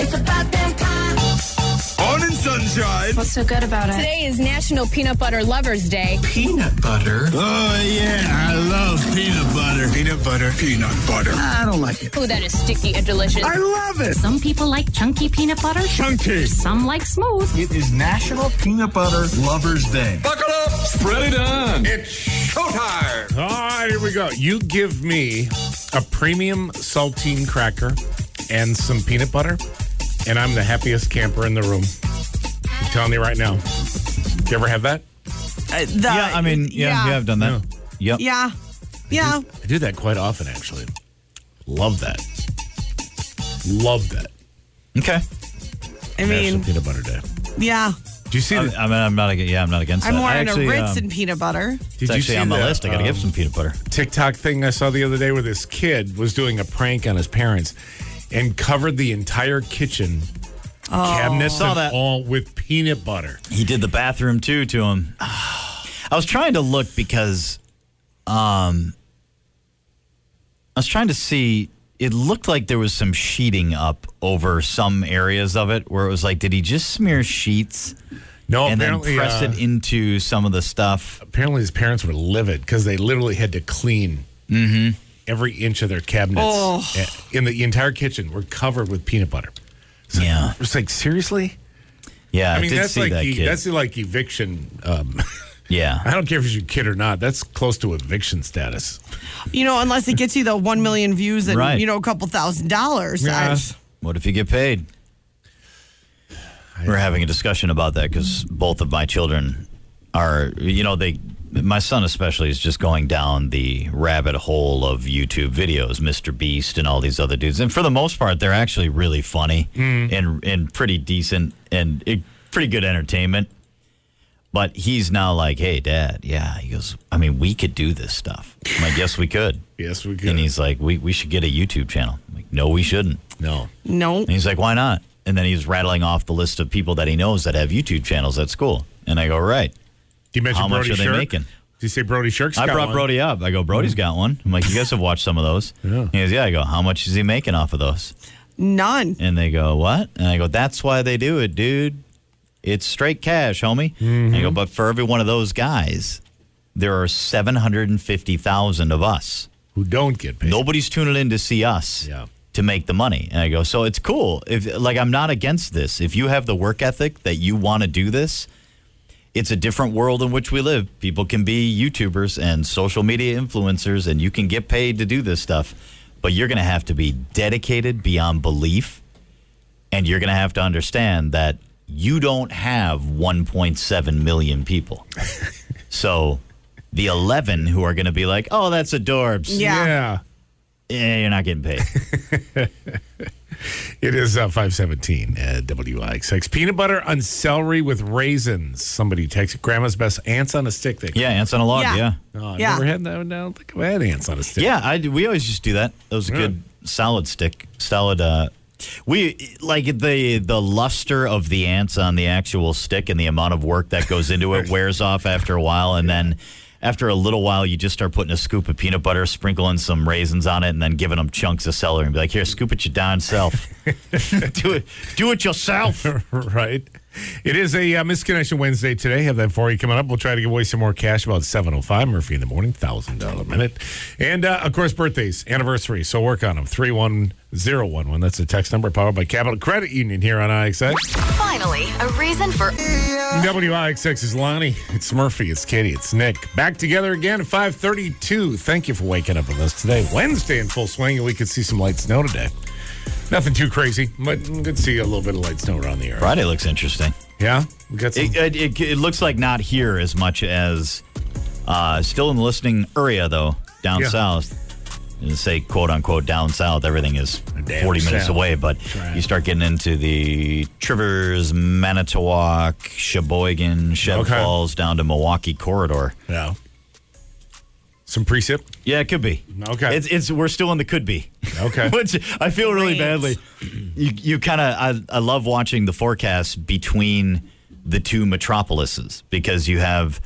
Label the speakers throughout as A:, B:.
A: It's about damn time.
B: Morning, sunshine.
C: What's so good about it?
D: Today is National Peanut Butter Lovers Day.
E: Peanut butter?
B: Oh, yeah, I love peanut butter. Peanut butter. Peanut butter. I don't like it.
D: Ooh, that is sticky and delicious.
B: I love it.
F: Some people like chunky peanut butter.
B: Chunky.
F: Some like smooth.
E: It is National Peanut Butter Lovers Day.
G: Buckle up, spread it on.
B: It's showtime.
H: All right, here we go. You give me a premium saltine cracker and some peanut butter, and I'm the happiest camper in the room. I'm telling you right now. You ever have that?
I: Uh, the-
E: Yeah, I mean, yeah, yeah, I've done that. Yep.
I: yeah, yeah.
H: I do that quite often, actually. Love that. Love that.
E: Okay.
I: I mean,
H: National Peanut Butter Day.
I: yeah.
H: Do you see?
E: I,
H: The,
E: I mean, I'm not. Against, Oh, yeah, I'm not against.
I: I'm
E: that.
I: more
E: I
I: into
E: actually,
I: Ritz
E: um,
I: and peanut butter.
H: did
E: it's
H: you
E: actually
H: see
E: on the
H: that,
E: list. I gotta
H: um,
E: give some peanut butter.
H: TikTok thing I saw the other day where this kid was doing a prank on his parents and covered the entire kitchen cabinets
E: Oh. Saw
H: and
E: that.
H: all with peanut butter.
E: He did the bathroom too to him. I was trying to look because, um, I was trying to see. It looked like there was some sheeting up over some areas of it where it was like, did he just smear sheets
H: No,
E: and then
H: apparently,
E: press
H: uh,
E: it into some of the stuff?
H: apparently his parents were livid because they literally had to clean
E: Mm-hmm.
H: every inch of their cabinets
I: Oh.
H: Eh, in the entire kitchen were covered with peanut butter. So
E: Yeah.
H: it's like seriously.
E: Yeah,
H: I
E: I,
H: mean,
E: did
H: that's
E: see
H: like
E: that
H: e-
E: kid.
H: that's like eviction. Um, I
E: yeah,
H: don't care if it's your kid or not. That's close to eviction status.
I: You know, unless it gets you the one million views and
E: Right.
I: you know a couple thousand dollars.
H: Yeah.
I: I-
E: what if you get paid? We're having a discussion about that because both of my children are, you know, they, my son especially is just going down the rabbit hole of YouTube videos, Mr. Beast and all these other dudes. And for the most part, they're actually really funny
H: Hmm.
E: and and pretty decent and it, pretty good entertainment. But he's now like, hey, dad, yeah. He goes, I mean, we could do this stuff. I'm like, yes, we could.
H: Yes, we could.
E: And he's like, we, we should get a YouTube channel. I'm like, no, we shouldn't.
H: no.
I: no.
E: And he's like, why not? And then he's rattling off the list of people that he knows that have YouTube channels at school. And I go, right.
H: Do you mention
E: How much
H: Brody
E: are they
H: Shirk?
E: making?
H: Did you say Brody Shirk's
E: I
H: got
E: brought
H: one?
E: Brody up. I go, Brody's got one. I'm like, you guys have watched some of those. He goes, yeah. I go, how much is he making off of those?
I: None.
E: And they go, what? And I go, that's why they do it, dude. It's straight cash, homie. And
H: Mm-hmm.
E: I go, but for every one of those guys, there are 750,000 of us.
H: who don't get paid.
E: Nobody's tuning in to see us
H: Yeah.
E: to make the money. And I go, so it's cool. If like I'm not against this. If you have the work ethic that you want to do this, it's a different world in which we live. People can be YouTubers and social media influencers and you can get paid to do this stuff, but you're going to have to be dedicated beyond belief and you're going to have to understand that you don't have 1.7 million people. so the 11 who are going to be like, "Oh, that's adorbs."
I: Yeah.
H: Yeah.
E: Yeah, you're not getting paid.
H: It is uh, 517 at WIXX. Peanut butter on celery with raisins. Somebody takes it. Grandma's best ants on a stick. They
E: yeah, ants on a log.
I: Yeah.
E: Yeah.
H: Oh, I
I: Yeah.
H: never had that one. I don't think I've had ants on a stick.
E: Yeah, I, we always just do that. That was a good solid stick, solid. Uh, we like the the luster of the ants on the actual stick and the amount of work that goes into it wears off after a while, and then after a little while, you just start putting a scoop of peanut butter, sprinkling some raisins on it, and then giving them chunks of celery and be like, "Here, scoop it your darn self. do it, do it yourself."
H: right. It is a uh, Misconnection Wednesday today. Have that for you coming up. We'll try to give away some more cash about 7.05. Murphy in the morning, $1,000 a minute. And, uh, of course, birthdays, anniversaries. So work on them. 31011. That's the text number powered by Capital Credit Union here on IXX.
A: Finally, a reason for
H: WIXX is Lonnie. It's Murphy. It's Katie. It's Nick. Back together again at 532. Thank you for waking up with us today. Wednesday in full swing, and we could see some light snow today. Nothing too crazy, but we could see a little bit of light snow around the area.
E: Friday looks interesting.
H: Yeah? We got some.
E: It, it, it, it looks like not here as much as uh, still in the listening area, though, down
H: Yeah.
E: south. And say, quote unqute, down south, everything is
H: Down
E: 40 minutes
H: south.
E: away. But
H: right.
E: you start getting into the Trivers, Manitowoc, Sheboygan, Chev
H: Okay.
E: Falls, down to Milwaukee corridor.
H: yeah. Some precip?
E: Yeah, it could be.
H: Okay.
E: It's, it's, we're still in the could be.
H: Okay.
E: Which I feel really
I: Great.
E: badly. You, you kind of, I, I love watching the forecast between the two metropolises because you have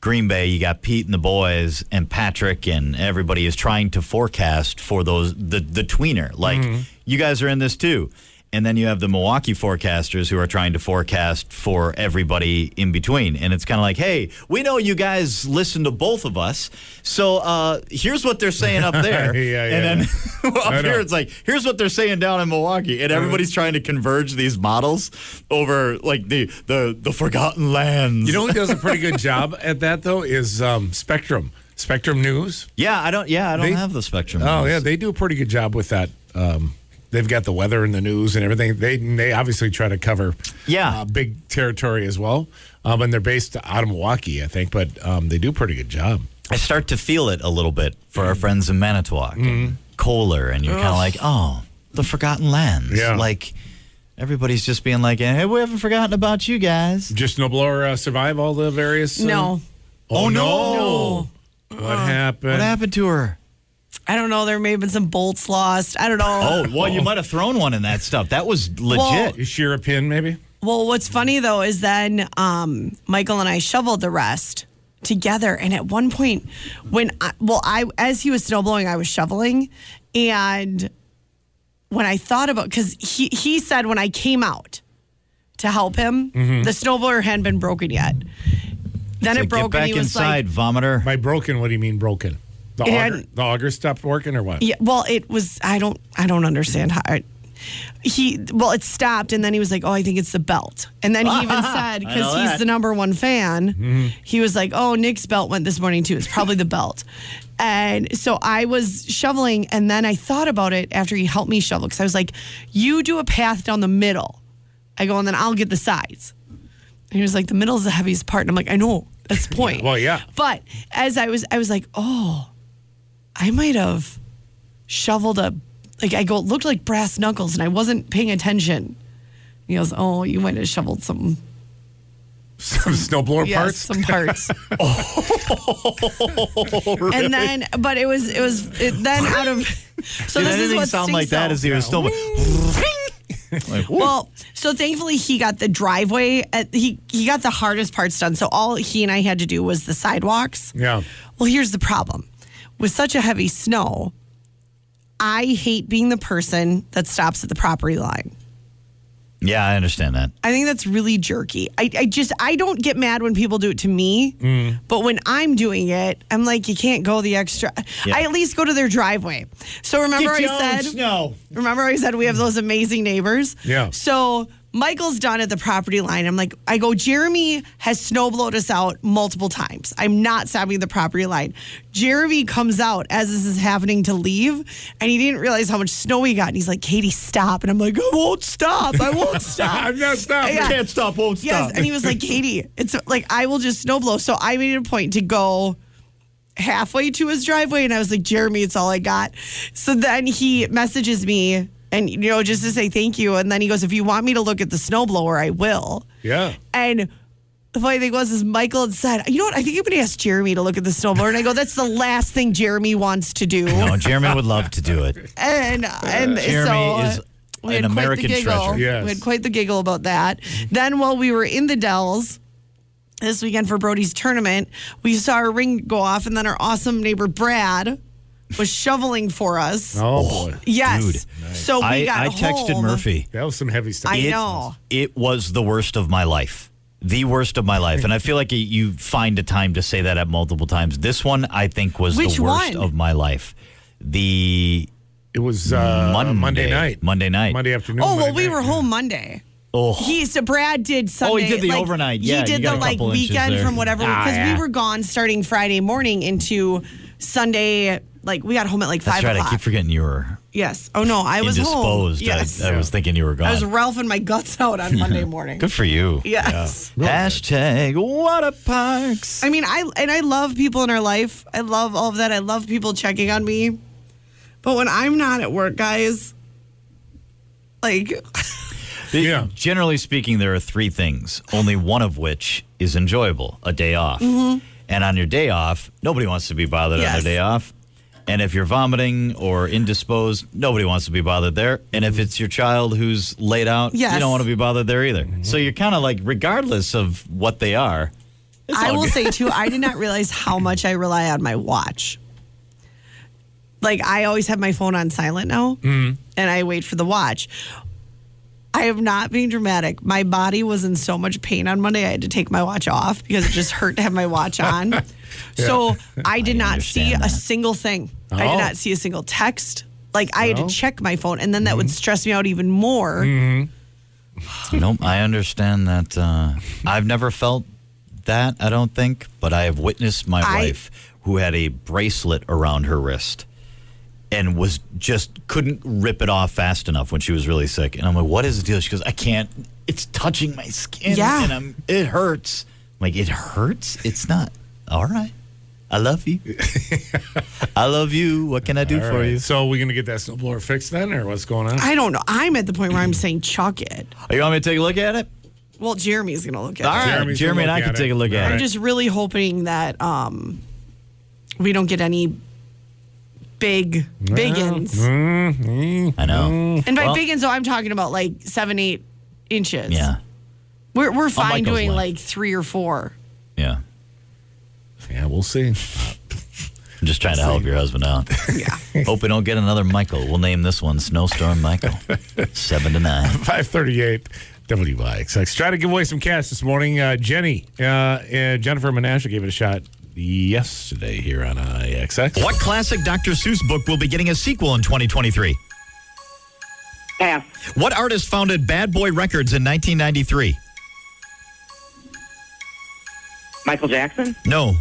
E: Green Bay, you got Pete and the boys, and Patrick, and
H: Mm-hmm.
E: everybody is trying to forecast for those, the, the tweener. Like, you guys are in this too. And then you have the Milwaukee forecasters who are trying to forecast for everybody in between. And it's kind of like, hey, we know you guys listen to both of us. So uh, here's what they're saying up there.
H: Yeah,
E: and
H: yeah,
E: then
H: I
E: up
H: know.
E: here, it's like, here's what they're saying down in Milwaukee. And everybody's trying to converge these models over like the the, the forgotten lands.
H: You know who does a pretty good job at that though is um, Spectrum. Spectrum News.
E: yeah, I don't yeah, I don't
H: They-
E: have the spectrum.
H: Oh
E: models.
H: yeah, they do a pretty good job with that. Um, they've got the weather and the news and everything. They they obviously try to cover
E: Yeah.
H: uh, big territory as well. Um, and they're based out of Milwaukee, I think, but um, they do a pretty good job.
E: I start to feel it a little bit for our friends in Manitowoc, and Kohler, and you're kind of like, oh, the forgotten lands.
H: Yeah.
E: Like, everybody's just being like, hey, we haven't forgotten about you guys.
H: Just Snowblower uh, survive all the various. uh,
I: No. Uh-uh.
H: Oh,
E: Oh,
H: no.
E: no.
H: What happened?
E: What happened to her?
I: I don't know. There may have been some bolts lost. I don't know.
E: Oh, well, you might have thrown one in that stuff. That was legit.
H: You shear a pin, maybe?
I: Well, what's funny though is then um, Michael and I shoveled the rest together, and at one point, when I, well, I as he was snowblowing, I was shoveling, and when I thought about because he he said when I came out to help him, the snowblower hadn't been broken yet. Then
E: It's
I: it
E: Mm-hmm.
I: broke,
E: like, Get
I: and
E: back
I: he was
E: inside,
I: like,
E: vomiter.
H: By broken, what do you mean broken? The
I: It
H: auger,
I: had-
H: the auger stopped working or what?
I: "Yeah, well, it was. I don't, I don't understand how." I- he well, it stopped, and then he was like, "Oh, I think it's the belt." And then he even said,
E: I know
I: because he's
E: that. Mm-hmm.
I: the number one fan, he was like, "Oh, Nick's belt went this morning too. It's probably the belt." And so I was shoveling, and then I thought about it after he helped me shovel because I was like, "You do a path down the middle." I go, and then I'll get the sides. And he was like, "The middle is the heaviest part," and I'm like, "I know." That's the point.
H: Well, yeah.
I: But as I was, I was like, "Oh, I might have." shoveled a like I go it looked like brass knuckles and I wasn't paying attention. He goes, Oh, you might have shoveled some
H: Some snowblower
I: yes,
H: parts?
I: some parts.
E: Oh,
I: And then but it was it was it then out of so this is
E: Did anything
I: what
E: sound
I: stinks
E: like that
I: though.
E: as he was still like, whoa.
I: Well, so thankfully he got the driveway at, he he got the hardest parts done. So all he and I had to do was the sidewalks.
H: Yeah.
I: Well, here's the problem. With such a heavy snow, I hate being the person that stops at the property line.
E: yeah, I understand that.
I: I think that's really jerky. I, I just I don't get mad when people do it to me, but when I'm doing it, I'm like, you can't go the extra.
E: Yeah.
I: I at least go to their driveway. So remember I said,
E: no.
I: remember I said we have those amazing neighbors.
H: Yeah.
I: So Michael's done at the property line. I'm like, I go, Jeremy has snowblowed us out multiple times. I'm not stopping at the property line. Jeremy comes out as this is happening to leave, and he didn't realize how much snow he got. And he's like, Katie, stop. And I'm like, I won't stop. I won't stop.
H: I'm not stopping.
I: Yeah.
E: Can't stop, won't
I: Yes,
E: stop.
I: and he was like, Katie, it's like I will just snowblow. So I made it a point to go halfway to his driveway, and I was like, Jeremy, it's all I got. So then he messages me, and you know, just to say thank you. And then he goes, if you want me to look at the snowblower, I will.
H: Yeah.
I: And the funny thing was, is Michael had said, you know what? I think I'm going to ask Jeremy to look at the snowblower, and I go, that's the last thing Jeremy wants to do.
E: No, Jeremy would love to do it.
I: And and
E: Uh, Jeremy
I: so
E: is
I: we
E: an
I: had quite
E: American
I: the giggle.
E: treasure. Mm-hmm.
H: Yes.
I: We had quite the giggle about that. Then while we were in the Dells this weekend for Brody's tournament, we saw our ring go off, and then our awesome neighbor Brad was shoveling for us.
H: Oh, boy.
I: yes.
E: dude.
I: So we
E: I,
I: got
E: I texted
I: home.
E: Murphy.
H: That was some heavy stuff.
I: I
E: it,
I: know.
E: It was the worst of my life. The worst of my life. And I feel like you find a time to say that at multiple times. This one, I think, was
I: Which
E: the worst
I: one?
E: of my life. The
H: It was uh,
E: Monday.
H: Monday, night.
E: Monday night.
H: Monday afternoon.
I: Oh well,
H: Monday
I: we
H: night.
I: were home Monday.
E: Oh.
I: He so Brad did Sunday.
E: did the overnight. Yeah,
I: he
E: you
I: did
E: got
I: the
E: a
I: like
E: couple inches
I: weekend
E: there.
I: from whatever
E: Ah,
I: because
E: yeah.
I: we were gone starting Friday morning into Sunday. Like we got home at like
E: That's
I: five
E: right.
I: o'clock.
E: I keep forgetting you were
I: Yes. Oh no, I was home.
E: indisposed. I-
I: Yes.
E: I, was thinking you were gone.
I: I was ralphing my guts out on Monday morning.
E: Good for you.
I: Yes.
E: Hashtag water parks.
I: I mean, I and I love people in our life. I love all of that. I love people checking on me. But when I'm not at work, guys, like
H: Yeah.
E: Generally speaking, there are three things, only one of which is enjoyable a day off. And on your day off, nobody wants to be bothered on
I: Mm-hmm. Yes.
E: their day off. And if you're vomiting or indisposed, nobody wants to be bothered there. And if it's your child who's laid out, you
I: Yes.
E: don't want to be bothered there either. So you're kind of like, regardless of what they are, it's
I: I
E: all
I: will
E: good.
I: say too, I did not realize how much I rely on my watch.
E: Mm-hmm.
I: Like I always have my phone on silent now, and I wait for the watch. I am not being dramatic. My body was in so much pain on Monday. I had to take my watch off because it just hurt to have my watch on. So I did
E: I
I: not see a
E: understand that.
I: single thing. I
H: Oh.
I: did not see a single text. Like I had
E: Oh.
H: No.
I: to check my phone, and then that would
E: Mm-hmm.
I: stress me out even more.
E: nope, I understand that. Uh, I've never felt that, I don't think, but I have witnessed my
I: I-
E: wife who had a bracelet around her wrist and was just couldn't rip it off fast enough when she was really sick. And I'm like, what is the deal? She goes, I can't, it's touching my skin
I: Yeah.
E: and I'm, it hurts. I'm like, it hurts? It's not. All right. I love you. I love you. What can I do
H: All
E: for
H: right.
E: you?
H: So we gonna get that snowblower fixed then, or what's going on?
I: I don't know. I'm at the point where I'm saying chuck it.
E: Oh, You want me to take a look at it?
I: Well, Jeremy's gonna look at
E: All
I: it.
E: right,
H: Jeremy's gonna
E: Jeremy and
H: look
E: I
H: at
E: can
H: it.
E: take a look
H: All
E: at
H: right.
E: it.
I: I'm just really hoping that um, we don't get any big biggins.
E: I know.
I: And by
E: Mm-hmm. Well-
I: biggins, though, I'm talking about like seven, eight inches.
E: Yeah.
I: We're, we're fine
E: Michael's
I: doing
E: length.
I: like three or four.
E: Yeah.
H: yeah, we'll see.
E: I'm just trying to help your husband out. Yeah. Hope we don't get another Michael. We'll name this one Snowstorm Michael. Seven to nine.
H: Five thirty-eight. WYXX. Try to give away some cash this morning. Uh, Jenny, uh, uh, Jennifer Menasha gave it a shot yesterday here on IXX.
E: What classic Dr. Seuss book will be getting a sequel in 2023?
C: Pass.
E: What artist founded Bad Boy Records in 1993?
C: Michael Jackson?
E: No.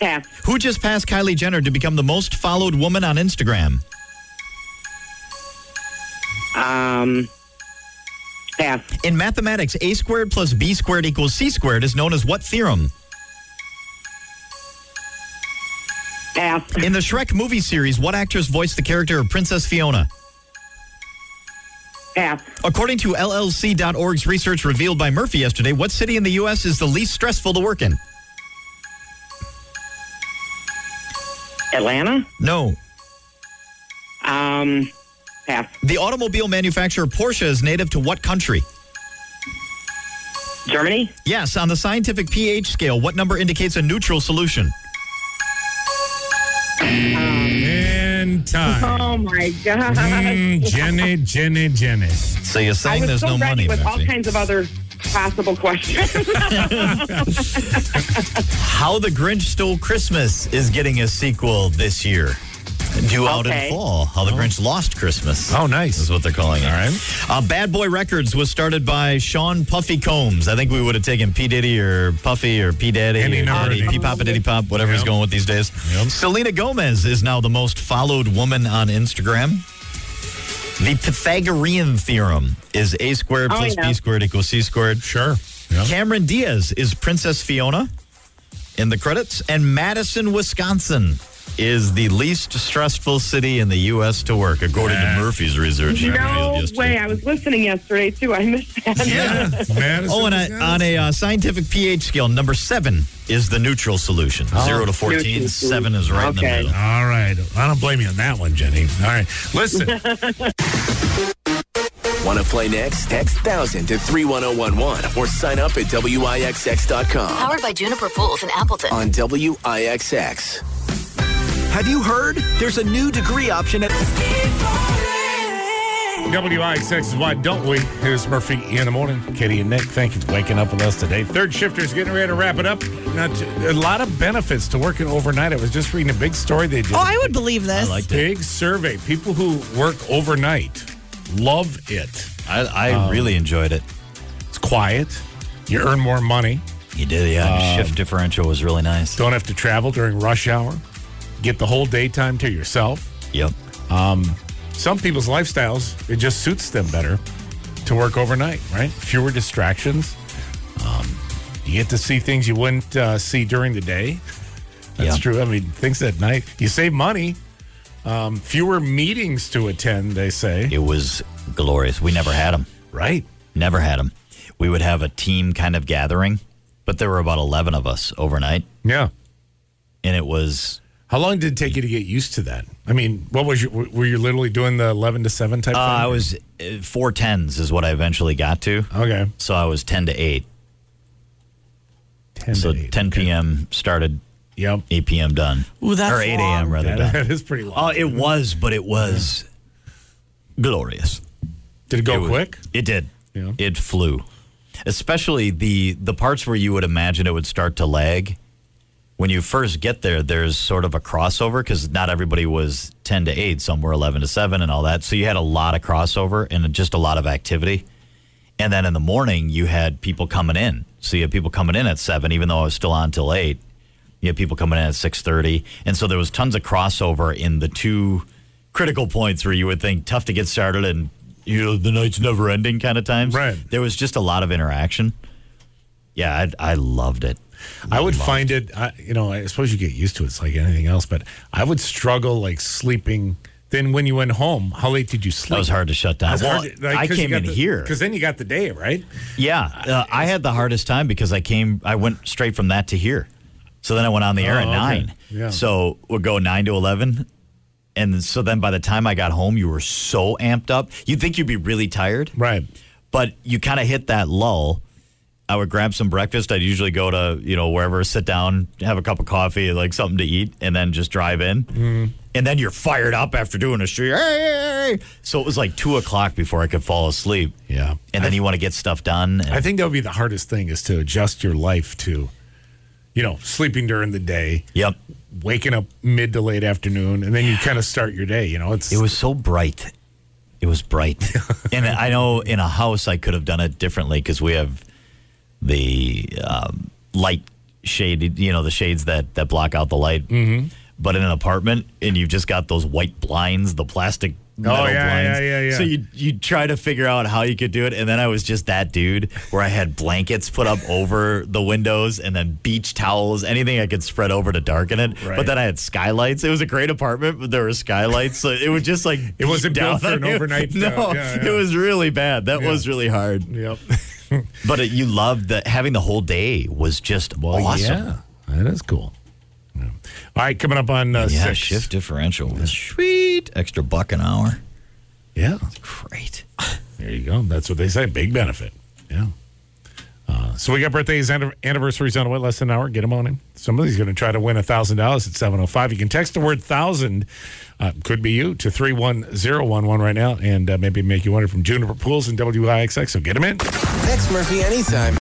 C: Pass.
E: Who just passed Kylie Jenner to become the most followed woman on Instagram?
C: Um, pass.
E: In mathematics, a squared plus b squared equals c squared is known as what theorem?
C: Pass.
E: In the Shrek movie series, what actress voiced the character of Princess Fiona?
C: Pass.
E: According to LLC.org's research revealed by Murphy yesterday, what city in the U.S. is the least stressful to work in?
C: Atlanta?
E: No.
C: Um, pass.
E: The automobile manufacturer Porsche is native to what country?
C: Germany?
E: Yes, on the scientific pH scale, what number indicates a neutral solution?
H: And time.
C: Oh my God.
H: Mm, Jenny, Jenny, Jenny.
E: So you're
C: I
E: saying
C: was
E: there's
C: so
E: no
C: ready
E: money,
C: with all
E: Murphy.
C: kinds of other possible questions.
E: How the Grinch Stole Christmas is getting a sequel this year. Due out in
C: Okay. Oh.
E: fall, How the Grinch Lost Christmas.
H: Oh, nice.
E: Is what they're calling it.
H: All right.
E: Uh, Bad Boy Records was started by Sean Puffy Combs. I think we would have taken P. Diddy or Puffy or P. Daddy
H: Any
E: or
H: number
E: Diddy,
H: of
E: P.
H: these.
E: Papa Diddy Pop, whatever he's
H: Yep.
E: going with these days.
H: Yep.
E: Selena Gomez is now the most followed woman on Instagram. The Pythagorean theorem is A squared
C: Oh,
E: plus
C: yeah.
E: B squared equals C squared.
H: Sure. Yeah.
E: Cameron Diaz is Princess Fiona in the credits, and Madison, Wisconsin is the least stressful city in the U.S. to work, according
H: Yeah.
E: to Murphy's research.
C: no
E: Yesterday.
C: way. I was listening yesterday, too. I missed that.
H: Yeah. Madison,
E: Oh, and I,
H: Wisconsin.
E: on a uh, scientific pH scale, number seven is the neutral solution. Zero to 14,
C: Oh. Neutral
E: seven is right in the
C: Okay.
E: middle.
H: All right. I don't blame you on that one, Jenny. All right. Listen.
J: Want to play next? Text 1000 to 31011 or sign up at WIXX.com
A: Powered by Juniper Pools in Appleton.
J: on WIXX.
K: Have you heard? There's a new degree option at
H: WIXX is why don't we? Here's Murphy in the morning. Katie and Nick, thank you for waking up with us today. Third shifters getting ready to wrap it up. Not t- a lot of benefits to working overnight. I was just reading a big story they did.
I: Oh, I would believe
E: I
I: this.
E: liked it.
H: big survey. People who work overnight love it.
E: I, I really enjoyed it.
H: It's quiet. You earn more money.
E: You did, yeah. and shift differential was really nice.
H: Don't have to travel during rush hour. Get the whole daytime to yourself.
E: Yep.
H: some people's lifestyles it just suits them better to work overnight right fewer distractions um, you get to see things you wouldn't uh, see during the day that's
E: Yeah.
H: true i mean things at night you save money um, fewer meetings to attend they say
E: It was glorious. We never had them.
H: right
E: Never had them. We would have a team kind of gathering, but there were about 11 of us overnight,
H: yeah
E: and it was
H: how long did it take you to get used to that i mean what was your were you literally doing the 11 to 7 type
E: uh,
H: thing
E: I was uh, four tens is what I eventually got to.
H: okay
E: So I was 10 to 8.
H: 10
E: so
H: to eight.
E: 10
H: Okay.
E: p.m. started,
H: yep
E: 8 p.m. done.
I: Ooh, that's
E: or 8 a.m.
I: long.
E: rather Uh,
H: that,
E: done.
H: that is pretty long
E: Oh, it was, but it was glorious.
H: Did it go
E: was-
H: quick?
E: It did.
H: Yeah.
E: It flew. Especially the the parts where you would imagine it would start to lag. When you first get there, there's sort of a crossover because not everybody was 10 to 8, some were 11 to 7 and all that. So you had a lot of crossover and just a lot of activity. And then in the morning, you had people coming in. So you had people coming in at 7, even though I was still on till 8. You had people coming in at 6.30. And so there was tons of crossover in the two critical points where you would think tough to get started and, you know, the night's never ending kind of times.
H: Right.
E: There was just a lot of interaction. Yeah, I, I loved it.
H: I would
E: Loved
H: find it, I, you know, I suppose you get used to it. It's like anything else, but I would struggle like sleeping. Then when you went home, how late did you sleep?
E: That was hard to shut down. Well, I came in here.
H: Because then you got the day, right?
E: Yeah, uh, I had the hardest time because I came, I went straight from that to here. So then I went on the air
H: Oh,
E: at
H: okay.
E: nine.
H: Yeah.
E: So we'll go nine to 11. And so then by the time I got home, you were so amped up. You'd think you'd be really tired,
H: Right.
E: but you kind of hit that lull. I would grab some breakfast. I'd usually go to, you know, wherever, sit down, have a cup of coffee, like something to eat, and then just drive in.
H: Mm-hmm.
E: And then you're fired up after doing a street. Hey, hey, hey. So it was like two o'clock before I could fall asleep.
H: Yeah.
E: And then you want to get stuff done. and-
H: I think that would be the hardest thing is to adjust your life to, you know, sleeping during the day,
E: Yep.
H: waking up mid to late afternoon, and then you kind of start your day. You know, it's
E: It was so bright. It was bright. and I know in a house I could have done it differently because we have the um, light shaded, you know, the shades that, that block out the light. Mm-hmm. But in an apartment, and you've just got those white blinds, the plastic metal
H: Oh, yeah, yeah,
E: blinds.
H: yeah, yeah.
E: So you you try to figure out how you could do it, and then I was just that dude where I had blankets put up over the windows, and then beach towels, anything I could spread over to darken it.
H: Right.
E: But then I had skylights. It was a great apartment, but there were skylights, so it would just like
H: It wasn't
E: beat
H: built
E: down
H: for an
E: on you.
H: overnight, uh,
E: No,
H: yeah,
E: it
H: yeah.
E: was really bad. That was really hard.
H: Yep.
E: But it, you loved that having the whole day was just awesome.
H: Yeah, that is cool. Yeah. All right, coming up on uh,
E: Yeah,
H: six.
E: shift differential was sweet. Extra buck an hour.
H: Yeah,
E: Great.
H: there you go. That's what they say. Big benefit. Yeah. Uh, so we got birthdays and anniversaries on what less than an hour. Get them on in. Somebody's going to try to win a thousand dollars at seven oh five. You can text the word thousand, uh, could be you, to three one zero one one right now, and uh, maybe make you one from Juniper Pools and WIXX. So get them in.
J: Text Murphy anytime.